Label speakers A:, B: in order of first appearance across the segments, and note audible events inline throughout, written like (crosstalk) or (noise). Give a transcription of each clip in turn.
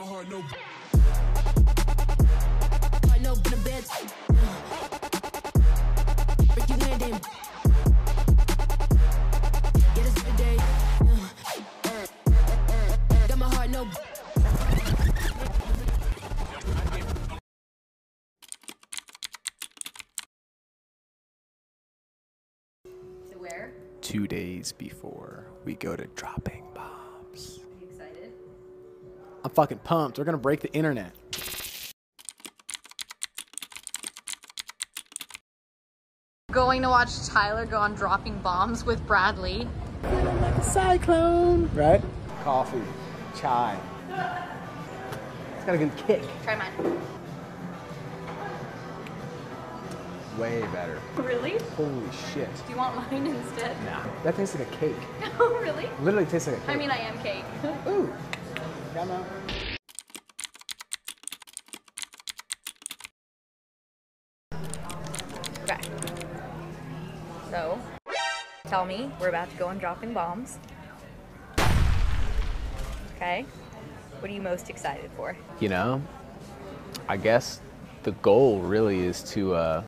A: hard, no.
B: Hard no the bed. Break you in then. Get us today. Got my heart no.
C: To where?
D: two days before we go to dropping bombs.
C: Are you excited?
D: I'm fucking pumped. We're gonna break the internet.
E: Going to watch Tyler go on dropping bombs with Bradley.
D: Cyclone, right? Coffee, chai. It's got a good kick.
E: Try mine.
D: Way better.
E: Really? Do
D: Holy shit.
E: you want mine instead?
D: Nah, that tastes like a cake.
E: (laughs) Oh, really?
D: Literally tastes like a cake.
E: I mean, I am cake.
D: ooh. Come on.
C: Okay. So, tell me, we're about to go on dropping bombs. Okay. What are you most excited for?
D: you know i guess the goal really is to uh,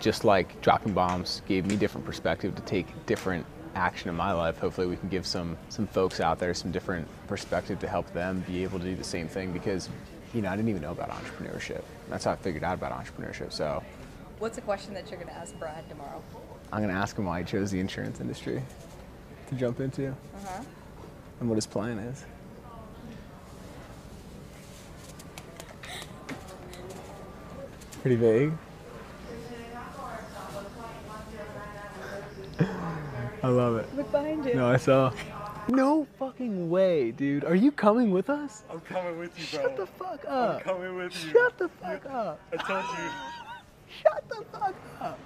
D: just like dropping bombs gave me different perspective to take different action in my life hopefully we can give some some folks out there some different perspective to help them be able to do the same thing because you know i didn't even know about entrepreneurship that's how i figured out about entrepreneurship so
C: What's a question that you're gonna ask Brad tomorrow?
D: i'm going to ask him why he chose the insurance industry to jump into
F: Uh-huh.
D: and what his plan is pretty vague (laughs) i love it
C: Look behind you.
D: no i saw no fucking way dude are you coming with us
F: I'm coming with you, bro.
D: shut the fuck up
F: coming with you.
D: shut the fuck up
F: I told you.
D: shut the fuck up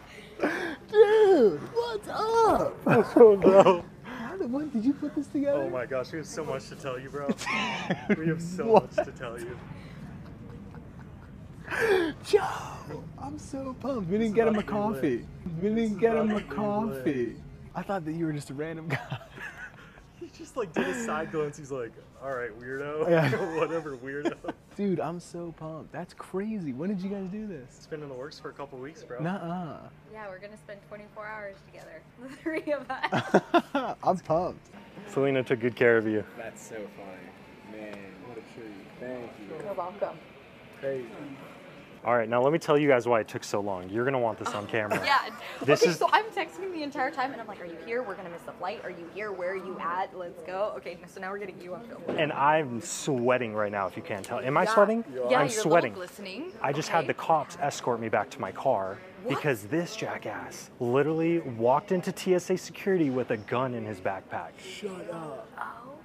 D: dude what's up
F: Oh no.
D: How the- when did you put this together
F: Oh my gosh, we have so much to tell you, bro. We have so
D: What?
F: much to tell you.
D: Joe, I'm so pumped. We didn't get him a
F: about to be lit.
D: coffee. We didn't
F: is
D: get him
F: about
D: a
F: to be lit.
D: coffee. I thought that you were just a random guy. (laughs)
F: He just like did a side glance. He's like, all right, weirdo.
D: Yeah.
F: (laughs) Whatever, weirdo.
D: Dude, I'm so pumped. That's crazy. When did you guys do this?
F: It's been in the works for a couple weeks, bro.
D: Nuh-uh.
E: Yeah, we're gonna spend 24 hours together, (laughs) the three of
C: (laughs)
E: us.
D: I'm pumped.
F: Selena took good care of you.
D: That's so funny. Man, what a treat. Thank you.
E: You're welcome.
D: Crazy.
F: All right, now let me tell you guys why it took so long. You're gonna want this on camera.
E: Yeah.
F: This
E: okay,
F: is-
E: so I'm texting the entire time, and I'm like, "Are you here? We're gonna miss the flight. Are you here? Where are you at? Let's go." Okay, so now we're getting you on film.
F: And I'm sweating right now. If you can't tell, am I sweating?
E: Yeah,
F: I'm
E: you're
F: sweating.
E: A little glistening.
F: I just
E: okay.
F: had the cops escort me back to my car because this jackass literally walked into TSA security with a gun in his backpack. Shut up.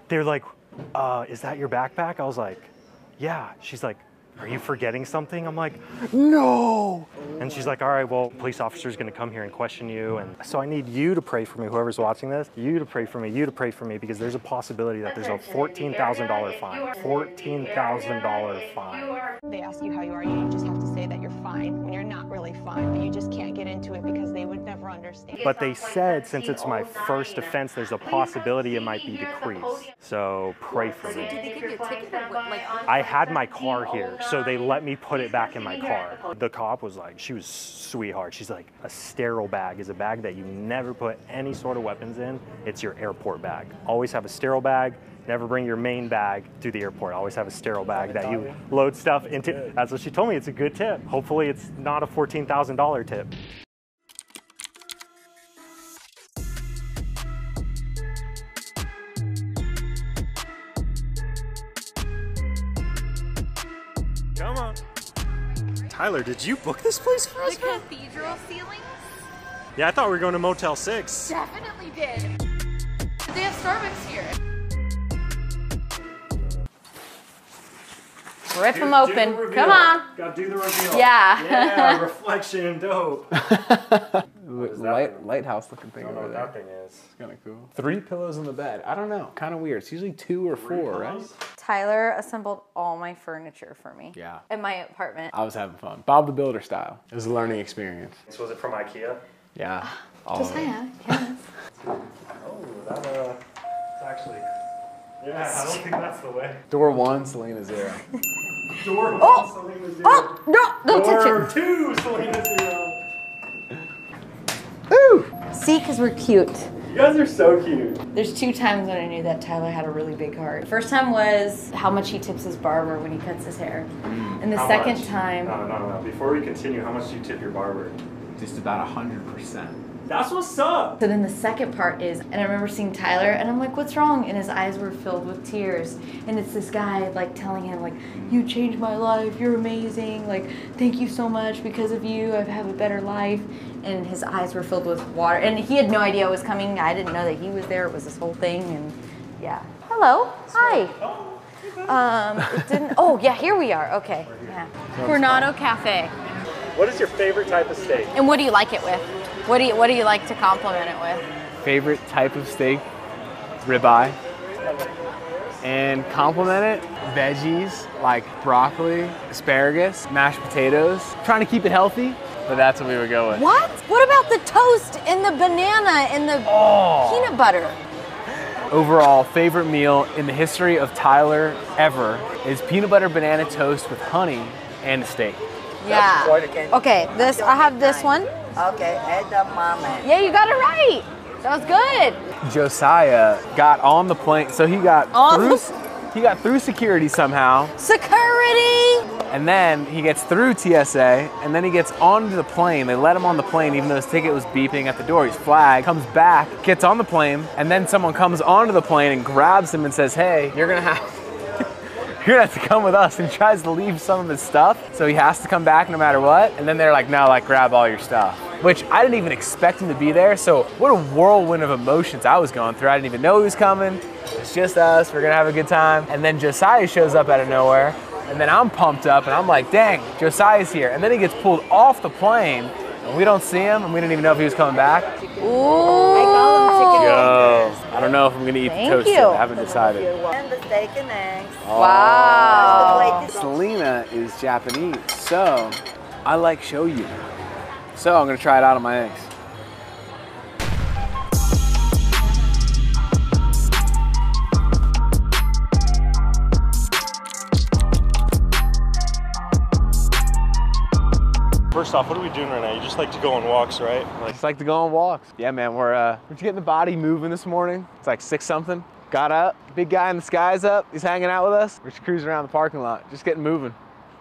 F: They're like, uh, is that your backpack? I was like, yeah. She's like, are you forgetting something? I'm like, no. And she's like, all right, well, police officer's gonna come here and question you. And so I need you to pray for me, whoever's watching this, you to pray for me, you to pray for me, because there's a possibility that there's a $14,000 fine. $14,000 fine.
G: They ask you how you are, you just have to say that you're fine when you're not really fine, but you just can't get into it because they would never understand.
F: But they said since it's my first offense, there's a possibility it might be decreased. So pray for
E: Did
F: me.
E: they give you a ticket or what? Like,
F: I had my car here, so they let me put it back in my car. The cop was like, she was sweetheart. She's like, a sterile bag is a bag that you never put any sort of weapons in. It's your airport bag. Always have a sterile bag. Never bring your main bag to the airport. Always have a sterile bag that you load stuff into. That's what she told me. It's a good tip. Hopefully, it's not a $14,000 tip. Come on. Tyler, did you book this place for
E: the cathedral ceiling
F: Yeah, I thought we were going to Motel 6.
E: definitely did. They have Starbucks here. Rip them open. Come on.
F: Gotta do the reveal.
E: Yeah. (laughs)
F: Yeah, reflection, dope.
D: Light, lighthouse looking thing over there.
F: thing is.
D: Kind of cool. Three pillows in the bed. I don't know. Kind of weird. It's usually two or four, right?
C: Tyler assembled all my furniture for me.
D: Yeah.
C: In my apartment.
D: I was having fun. Bob the Builder style. It was a learning experience.
F: This was it from Ikea?
D: Yeah. All of it.
F: Oh, that, uh, it's actually Yeah, I don't think that's the way.
D: Door one, Selena zero.
F: (laughs) Door one, Selena zero.
E: (laughs)
H: Oh, no, don't
F: Door
H: touch
F: two, Selena zero.
H: it. See, because we're cute.
F: You guys are so cute.
C: There's two times when I knew that Tyler had a really big heart. First time was how much he tips his barber when he cuts his hair. And the
F: Mm. How
C: second
F: much? Oh.
C: time,
F: No, no, no. Before we continue, how much do you tip your barber?
D: Just about hundred percent.
F: That's what's up.
C: so then the second part is, and I remember seeing Tyler and I'm like, what's wrong? And his eyes were filled with tears. And it's this guy like telling him like, you changed my life, you're amazing, like thank you so much, because of you I have a better life. And his eyes were filled with water. And he had no idea it was coming. I didn't know that he was there. It was this whole thing and yeah. Hello. Hi.
F: Oh,
C: Um, it didn't. (laughs) Oh, yeah, here we are. Okay. Yeah. Coronado Cafe.
F: What is your favorite type of steak?
C: And what do you like it with? What do you What do you like to compliment it with?
D: Favorite type of steak, ribeye. And complement it, veggies like broccoli, asparagus, mashed potatoes. Trying to keep it healthy, but that's what we would go with.
C: What? What about the toast and the banana and the
I: Oh.
C: peanut butter?
D: Overall, favorite meal in the history of Tyler ever is peanut butter banana toast with honey and a steak.
C: Yeah.
E: quite a-
C: okay. This I have this one.
E: Okay, add the mama.
C: Yeah, you got it right. That was good.
D: Josiah got on the plane, so he got
C: On
D: through,
C: the-
D: s- he got through security somehow,
C: Security.
D: and then he gets through TSA, and then he gets onto the plane. They let him on the plane, even though his ticket was beeping at the door. He's flagged, comes back, gets on the plane, and then someone comes onto the plane and grabs him and says, "Hey, you're gonna have." You're gonna have to come with us and he tries to leave some of his stuff. So he has to come back no matter what. And then they're like, no, like grab all your stuff. Which I didn't even expect him to be there. So what a whirlwind of emotions I was going through. I didn't even know he was coming. It's just us. We're gonna have a good time. And then Josiah shows up out of nowhere. And then I'm pumped up and I'm like, dang, Josiah's here. And then he gets pulled off the plane. And we don't see him, and we didn't even know if he was coming back.
C: Ooh.
D: Yo, I don't know if I'm gonna eat
C: Thank
D: the toast
C: you.
D: yet. I haven't decided.
E: And the steak and eggs.
C: Wow.
D: Selena is Japanese, so I like shoyu. So I'm gonna try it out on my eggs.
F: First off, what are we doing right now? You just like to go on walks, right? Like,
D: It's like to go on walks. Yeah, man, we're uh, we're just getting the body moving this morning. It's like six something. Got up. Big guy in the sky's up. He's hanging out with us. We're just cruising around the parking lot, just getting moving.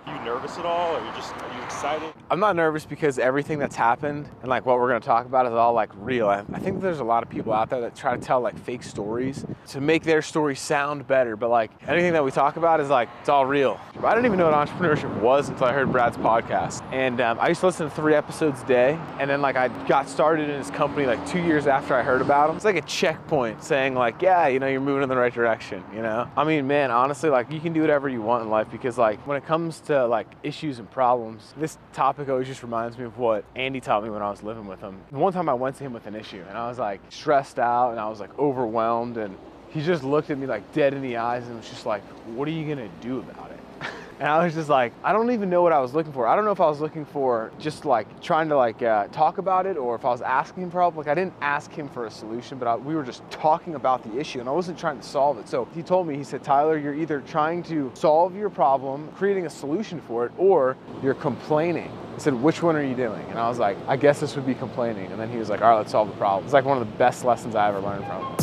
F: are you nervous at all? Are you just are you excited?
D: I'm not nervous because everything that's happened and like what we're gonna talk about is all like real. I, I think there's a lot of people out there that try to tell like fake stories to make their story sound better, but like anything that we talk about is like it's all real. I didn't even know what entrepreneurship was until I heard Brad's podcast, and um, I used to listen to three episodes a day, and then like I got started in his company like two years after I heard about him. It's like a checkpoint saying like, yeah, you know, you're moving in the right direction. You know, I mean, man, honestly, like you can do whatever you want in life because like when it comes to like issues and problems, this topic always just reminds me of what Andy taught me when I was living with him. One time I went to him with an issue, and I was like stressed out, and I was like overwhelmed, and he just looked at me like dead in the eyes and was just like, what are you gonna do about it? (laughs) And I was just like, I don't even know what I was looking for. I don't know if I was looking for just like trying to like uh, talk about it or if I was asking him for help. Like I didn't ask him for a solution, but I, we were just talking about the issue and I wasn't trying to solve it. So he told me, he said, Tyler, you're either trying to solve your problem, creating a solution for it, or you're complaining. He said, which one are you doing? And I was like, I guess this would be complaining. And then he was like, all right, let's solve the problem. It's like one of the best lessons I ever learned from him.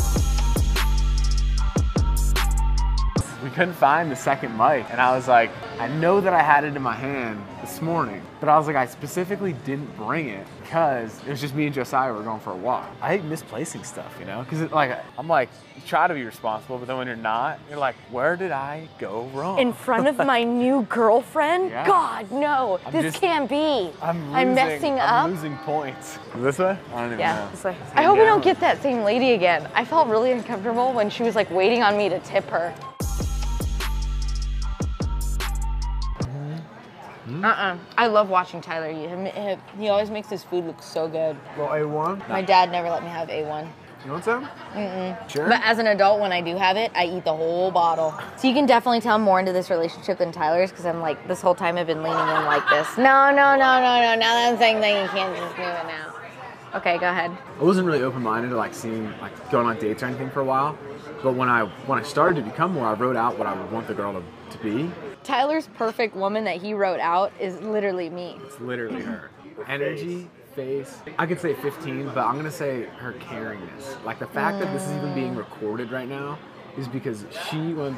D: We couldn't find the second mic, and I was like, I know that I had it in my hand this morning, but I was like, I specifically didn't bring it because it was just me and Josiah were going for a walk. I hate misplacing stuff, you know, because like I'm like you try to be responsible, but then when you're not, you're like, where did I go wrong?
C: In front of my new girlfriend?
D: Yeah.
C: God, no.
D: I'm
C: this
D: just-
C: can't be.
D: I'm losing,
C: messing
D: I'm
C: up.
D: losing points. This way? I don't even
C: Yeah,
D: know.
C: this way.
D: Hang
C: I hope we
D: down.
C: don't get that same lady again. I felt really uncomfortable when she was like waiting on me to tip her. Uh-uh. I love watching Tyler eat. Him- him- He always makes his food look so good.
D: Well, A1.
C: My dad never let me have A1.
D: You want some? Mm-mm. Sure.
C: But as an adult, when I do have it, I eat the whole bottle. So you can definitely tell I'm more into this relationship than Tyler's because I'm like, this whole time I've been leaning in like this. No, no, no, no, no. Now that I'm saying that you can't just do it now. Okay, go ahead.
D: I wasn't really open-minded to like seeing like going on dates or anything for a while, but when I when I started to become more, I wrote out what I would want the girl to, to be.
C: Tyler's perfect woman that he wrote out is literally me.
D: It's literally her energy, face. I could say 15, but I'm gonna say her caringness. Like the fact that this is even being recorded right now is because she went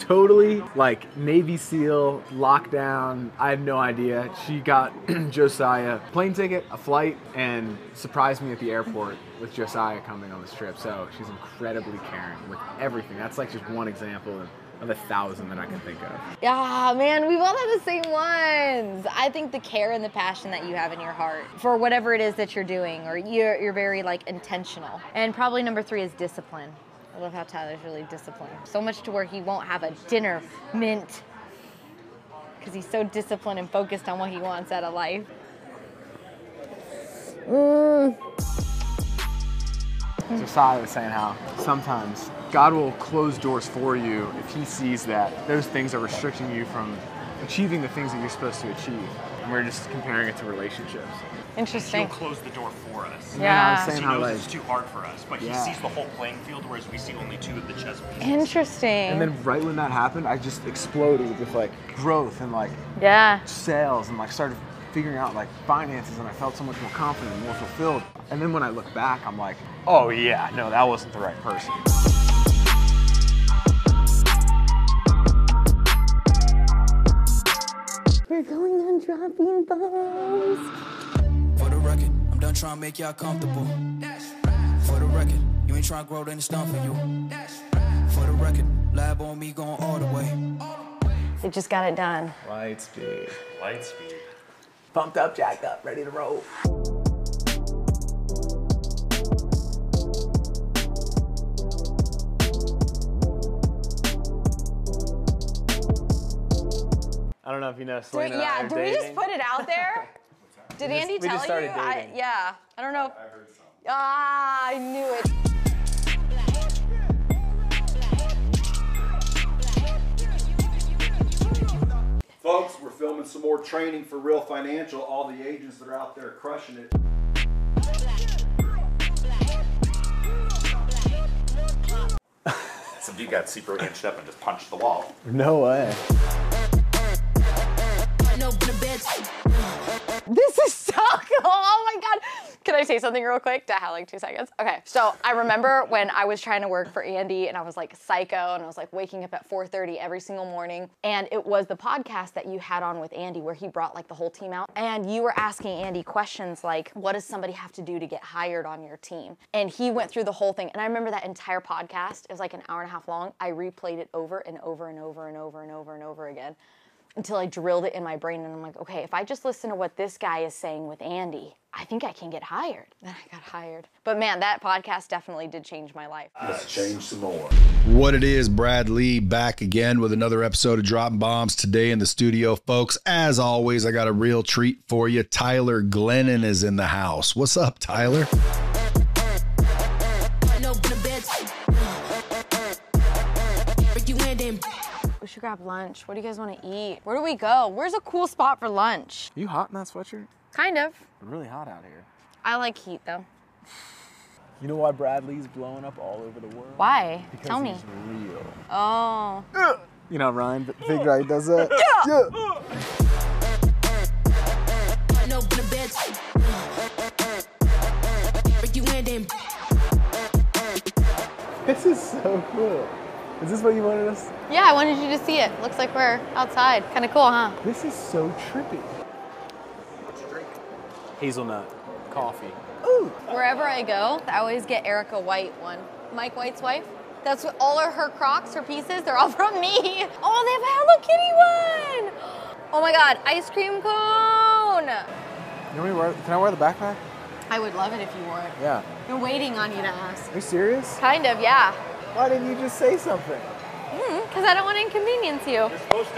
D: totally like Navy SEAL lockdown. I had no idea. She got (clears throat) Josiah plane ticket, a flight, and surprised me at the airport with Josiah coming on this trip. So she's incredibly caring with everything. That's like just one example of a thousand that I can think of.
C: Yeah, Ah, man, we've all had the same ones. I think the care and the passion that you have in your heart for whatever it is that you're doing, or you're, you're very like intentional. And probably number three is discipline. I love how Tyler's really disciplined. So much to where he won't have a dinner mint because he's so disciplined and focused on what he wants out of life.
D: Josiah was saying how sometimes God will close doors for you if He sees that those things are restricting you from achieving the things that you're supposed to achieve. And we're just comparing it to relationships.
C: Interesting.
F: He'll close the door for us.
D: And I
C: Yeah.
D: was
F: He
D: saying how
F: knows
D: like,
F: it's too hard for us, but
D: Yeah.
F: he sees the whole playing field, whereas we see only two of the chess pieces.
C: Interesting.
D: and then right when that happened, I just exploded with like growth and like
C: yeah.
D: sales and like started figuring out like finances and I felt so much more confident and more fulfilled. And then when I look back, I'm like, oh yeah, no, that wasn't the right person.
J: For the record, I'm done trying to make y'all comfortable. For the record, you ain't trying to grow, then it's done for you. For the record, lab on me going all the way.
K: It just got it done.
D: Lightspeed.
F: Lightspeed.
D: Pumped up, jacked up, ready to roll.
I: I don't know if you know
E: Wait,
I: Selena. and I
E: yeah,
I: are
E: did we just
I: dating.
E: put it
I: (laughs)
C: (laughs)
E: out there? Did
I: just-
E: Andy
I: we just
E: tell
I: started
E: you? I,
I: dating.
E: yeah, I don't know. If, ah, I knew it.
L: Folks, we're filming some more training for Real Financial, all the agents that are out there crushing it.
J: Some dude got secretly inched up and just punched the wall.
I: No way.
B: No, been a bitch.
E: This is so cool. Oh my God. (laughs) Can I say something real quick? Did I have like two seconds? Okay. So I remember when I was trying to work for Andy and I was like psycho and I was like waking up at 4.30 every single morning. And it was the podcast that you had on with Andy where he brought like the whole team out. And you were asking Andy questions like, what does somebody have to do to get hired on your team? And he went through the whole thing. And I remember that entire podcast. It was like an hour and a half long. I replayed it over and over and over and over and over and over again until I drilled it in my brain and I'm like, okay, if I just listen to what this guy is saying with Andy, I think I can get hired. Then I got hired. But man, that podcast definitely did change my life.
L: Let's change some more.
J: What it is, Brad Lee back again with another episode of Dropping Bombs today in the studio, folks. As always, I got a real treat for you. Tyler Glennon is in the house. What's up, Tyler?
B: No, been a bitch. Break you in, then.
E: We should grab lunch. What do you guys want to eat? Where do we go? Where's a cool spot for lunch?
D: You hot in that sweatshirt?
E: Kind of.
D: Really hot out here.
E: I like heat though.
D: You know why Bradley's blowing up all over the world?
E: Why?
D: Because
E: Tell me.
D: he's real.
E: Oh.
D: (gasps) You know Ryan B- Big Ryan does
E: (laughs)
D: that. Yeah.
B: No, been a bitch. Break you in, then.
D: This is so cool. Is this what you wanted us?
E: Yeah, I wanted you to see it. Looks like we're outside. Kind of cool, huh?
D: This is so trippy. Hazelnut coffee.
E: Wherever I go, I always get Erica White one. Mike White's wife. That's what, all of her Crocs, her pieces, they're all (laughs) from me. Oh, they have a Hello Kitty one. Oh my God, ice cream cone.
D: You want me to wear, can I wear the backpack?
E: I would love it if you wore it.
D: Yeah.
E: Been waiting on you to ask.
D: Are you serious?
E: Kind of, yeah.
D: Why didn't you just say something?
E: Because I don't want to inconvenience you.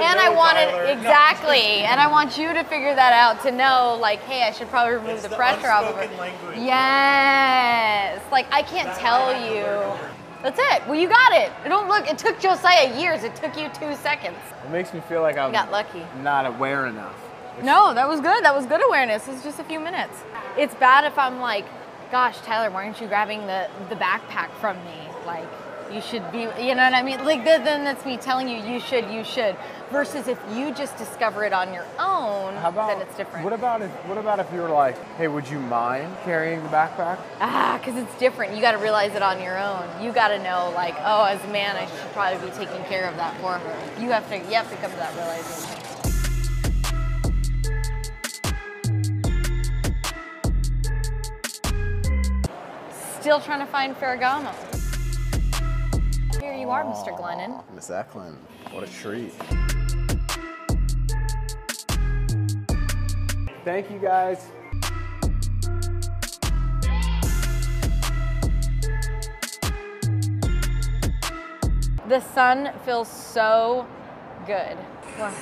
E: and I wanted exactly, and I want you to figure that out to know, like, hey, I should probably remove the, pressure off of her. Yes, like I can't tell you. That's it. Well, you got it. It don't look. It took Josiah years. It took you two seconds.
D: It makes me feel like I'm
E: got lucky.
D: not aware enough.
E: No, that was good. That was good awareness. It's just a few minutes. It's bad if I'm like, gosh, Tyler, why aren't you grabbing the, the backpack from me? Like, you should be, you know what I mean? Like, th- then that's me telling you, you should, you should. Versus if you just discover it on your own, then it's different.
D: What about if What about if you were like, hey, would you mind carrying the backpack?
E: Ah, because it's different. You got to realize it on your own. You got to know, like, oh, as a man, I should probably be taking care of that for her. You have to, you have to come to that realization. Still trying to find Ferragamo. Here you are, Mr. Glennon.
D: Miss Eklund, what a treat. Thank you guys.
E: The sun feels so good. Wow.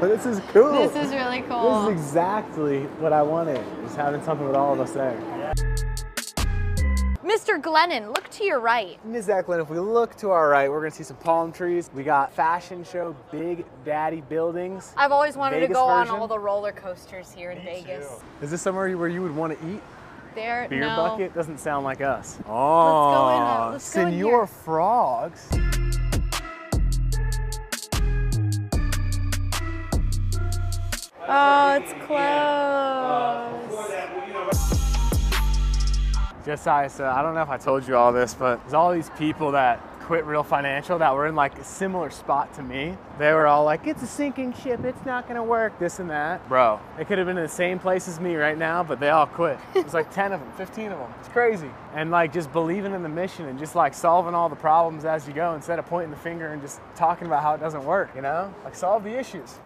D: this is cool.
E: This is really cool.
D: This is exactly what I wanted. Is having something with all of us there.
E: Mr. Glennon, look to your right.
D: Ms. Eklund, if we look to our right, we're gonna see some palm trees. We got fashion show, big daddy buildings.
E: I've always wanted to
D: Vegas
E: go
D: version.
E: on all the roller coasters here in Vegas.
D: Is this somewhere where you would want to eat?
E: There,
D: Beer
E: no.
D: bucket doesn't sound like us.
E: go in, uh,
D: Oh,
E: let's go in
D: Senor
E: here.
D: Frogs.
M: Oh, it's close.
D: Josiah, so I don't know if I told you all this, but there's all these people that quit Real Financial that were in like a similar spot to me. They were all like, it's a sinking ship, it's not gonna work, this and that. Bro, they could have been in the same place as me right now, but they all quit. It's like 10 of them, 15 of them. It's crazy. And like just believing in the mission and just like solving all the problems as you go instead of pointing the finger and just talking about how it doesn't work, you know? Like solve the issues.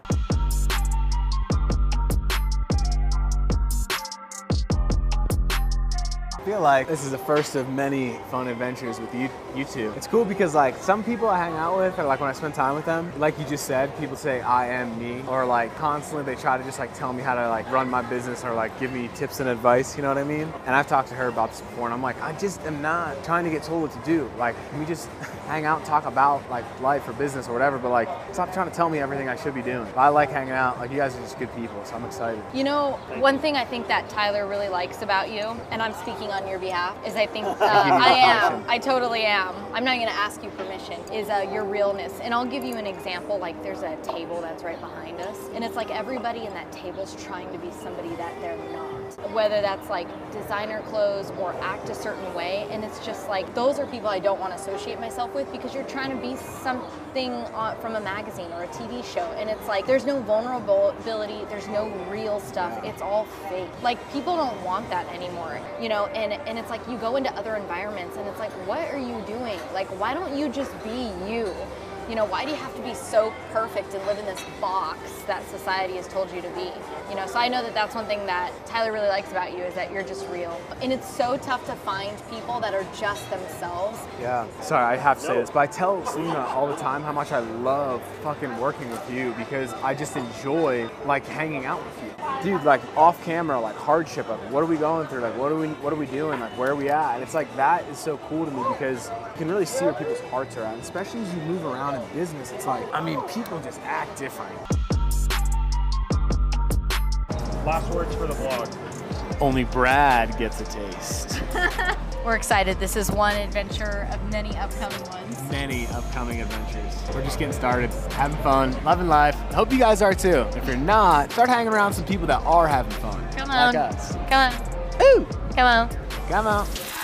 D: I feel like this is the first of many fun adventures with you, you two. It's cool because like some people I hang out with, or like when I spend time with them, like you just said, people say I am me, or like constantly they try to just like tell me how to like run my business or like give me tips and advice. You know what I mean? And I've talked to her about this before, and I'm like, I just am not trying to get told what to do. Like, can we just (laughs) hang out, and talk about like life or business or whatever? But like, stop trying to tell me everything I should be doing. But I like hanging out. Like you guys are just good people, so I'm excited.
E: You know, one thing I think that Tyler really likes about you, and I'm speaking on your behalf, is I think uh, I am. I totally am. I'm not going to ask you permission. Is uh, your realness, and I'll give you an example. Like there's a table that's right behind us, and it's like everybody in that table's trying to be somebody that they're not. Whether that's like designer clothes or act a certain way, and it's just like those are people I don't want to associate myself with because you're trying to be something uh, from a magazine or a TV show, and it's like there's no vulnerability, there's no real stuff. It's all fake. Like people don't want that anymore, you know. And and it's like you go into other environments, and it's like, what are you doing? Like, why don't you just be you? You know, why do you have to be so perfect and live in this box that society has told you to be? You know, so I know that that's one thing that Tyler really likes about you is that you're just real. And it's so tough to find people that are just themselves
D: Yeah. Sorry, I have to say this, but I tell Selena all the time how much I love fucking working with you because I just enjoy like hanging out with you. Dude, like off camera, like hardship of it. What are we going through? Like what are we what are we doing? Like where are we at? And it's like that is so cool to me because you can really see where people's hearts are at, and especially as you move around in business. It's like I mean, people just act different.
F: Last words for the vlog.
D: Only Brad gets a taste.
E: We're excited. This is one adventure of many upcoming ones.
D: Many upcoming adventures. We're just getting started, having fun, loving life. Hope you guys are too. If you're not, start hanging around some people that are having fun.
E: Come
D: Like
E: on.
D: us.
E: Come on. Ooh. Come on.
D: Come on.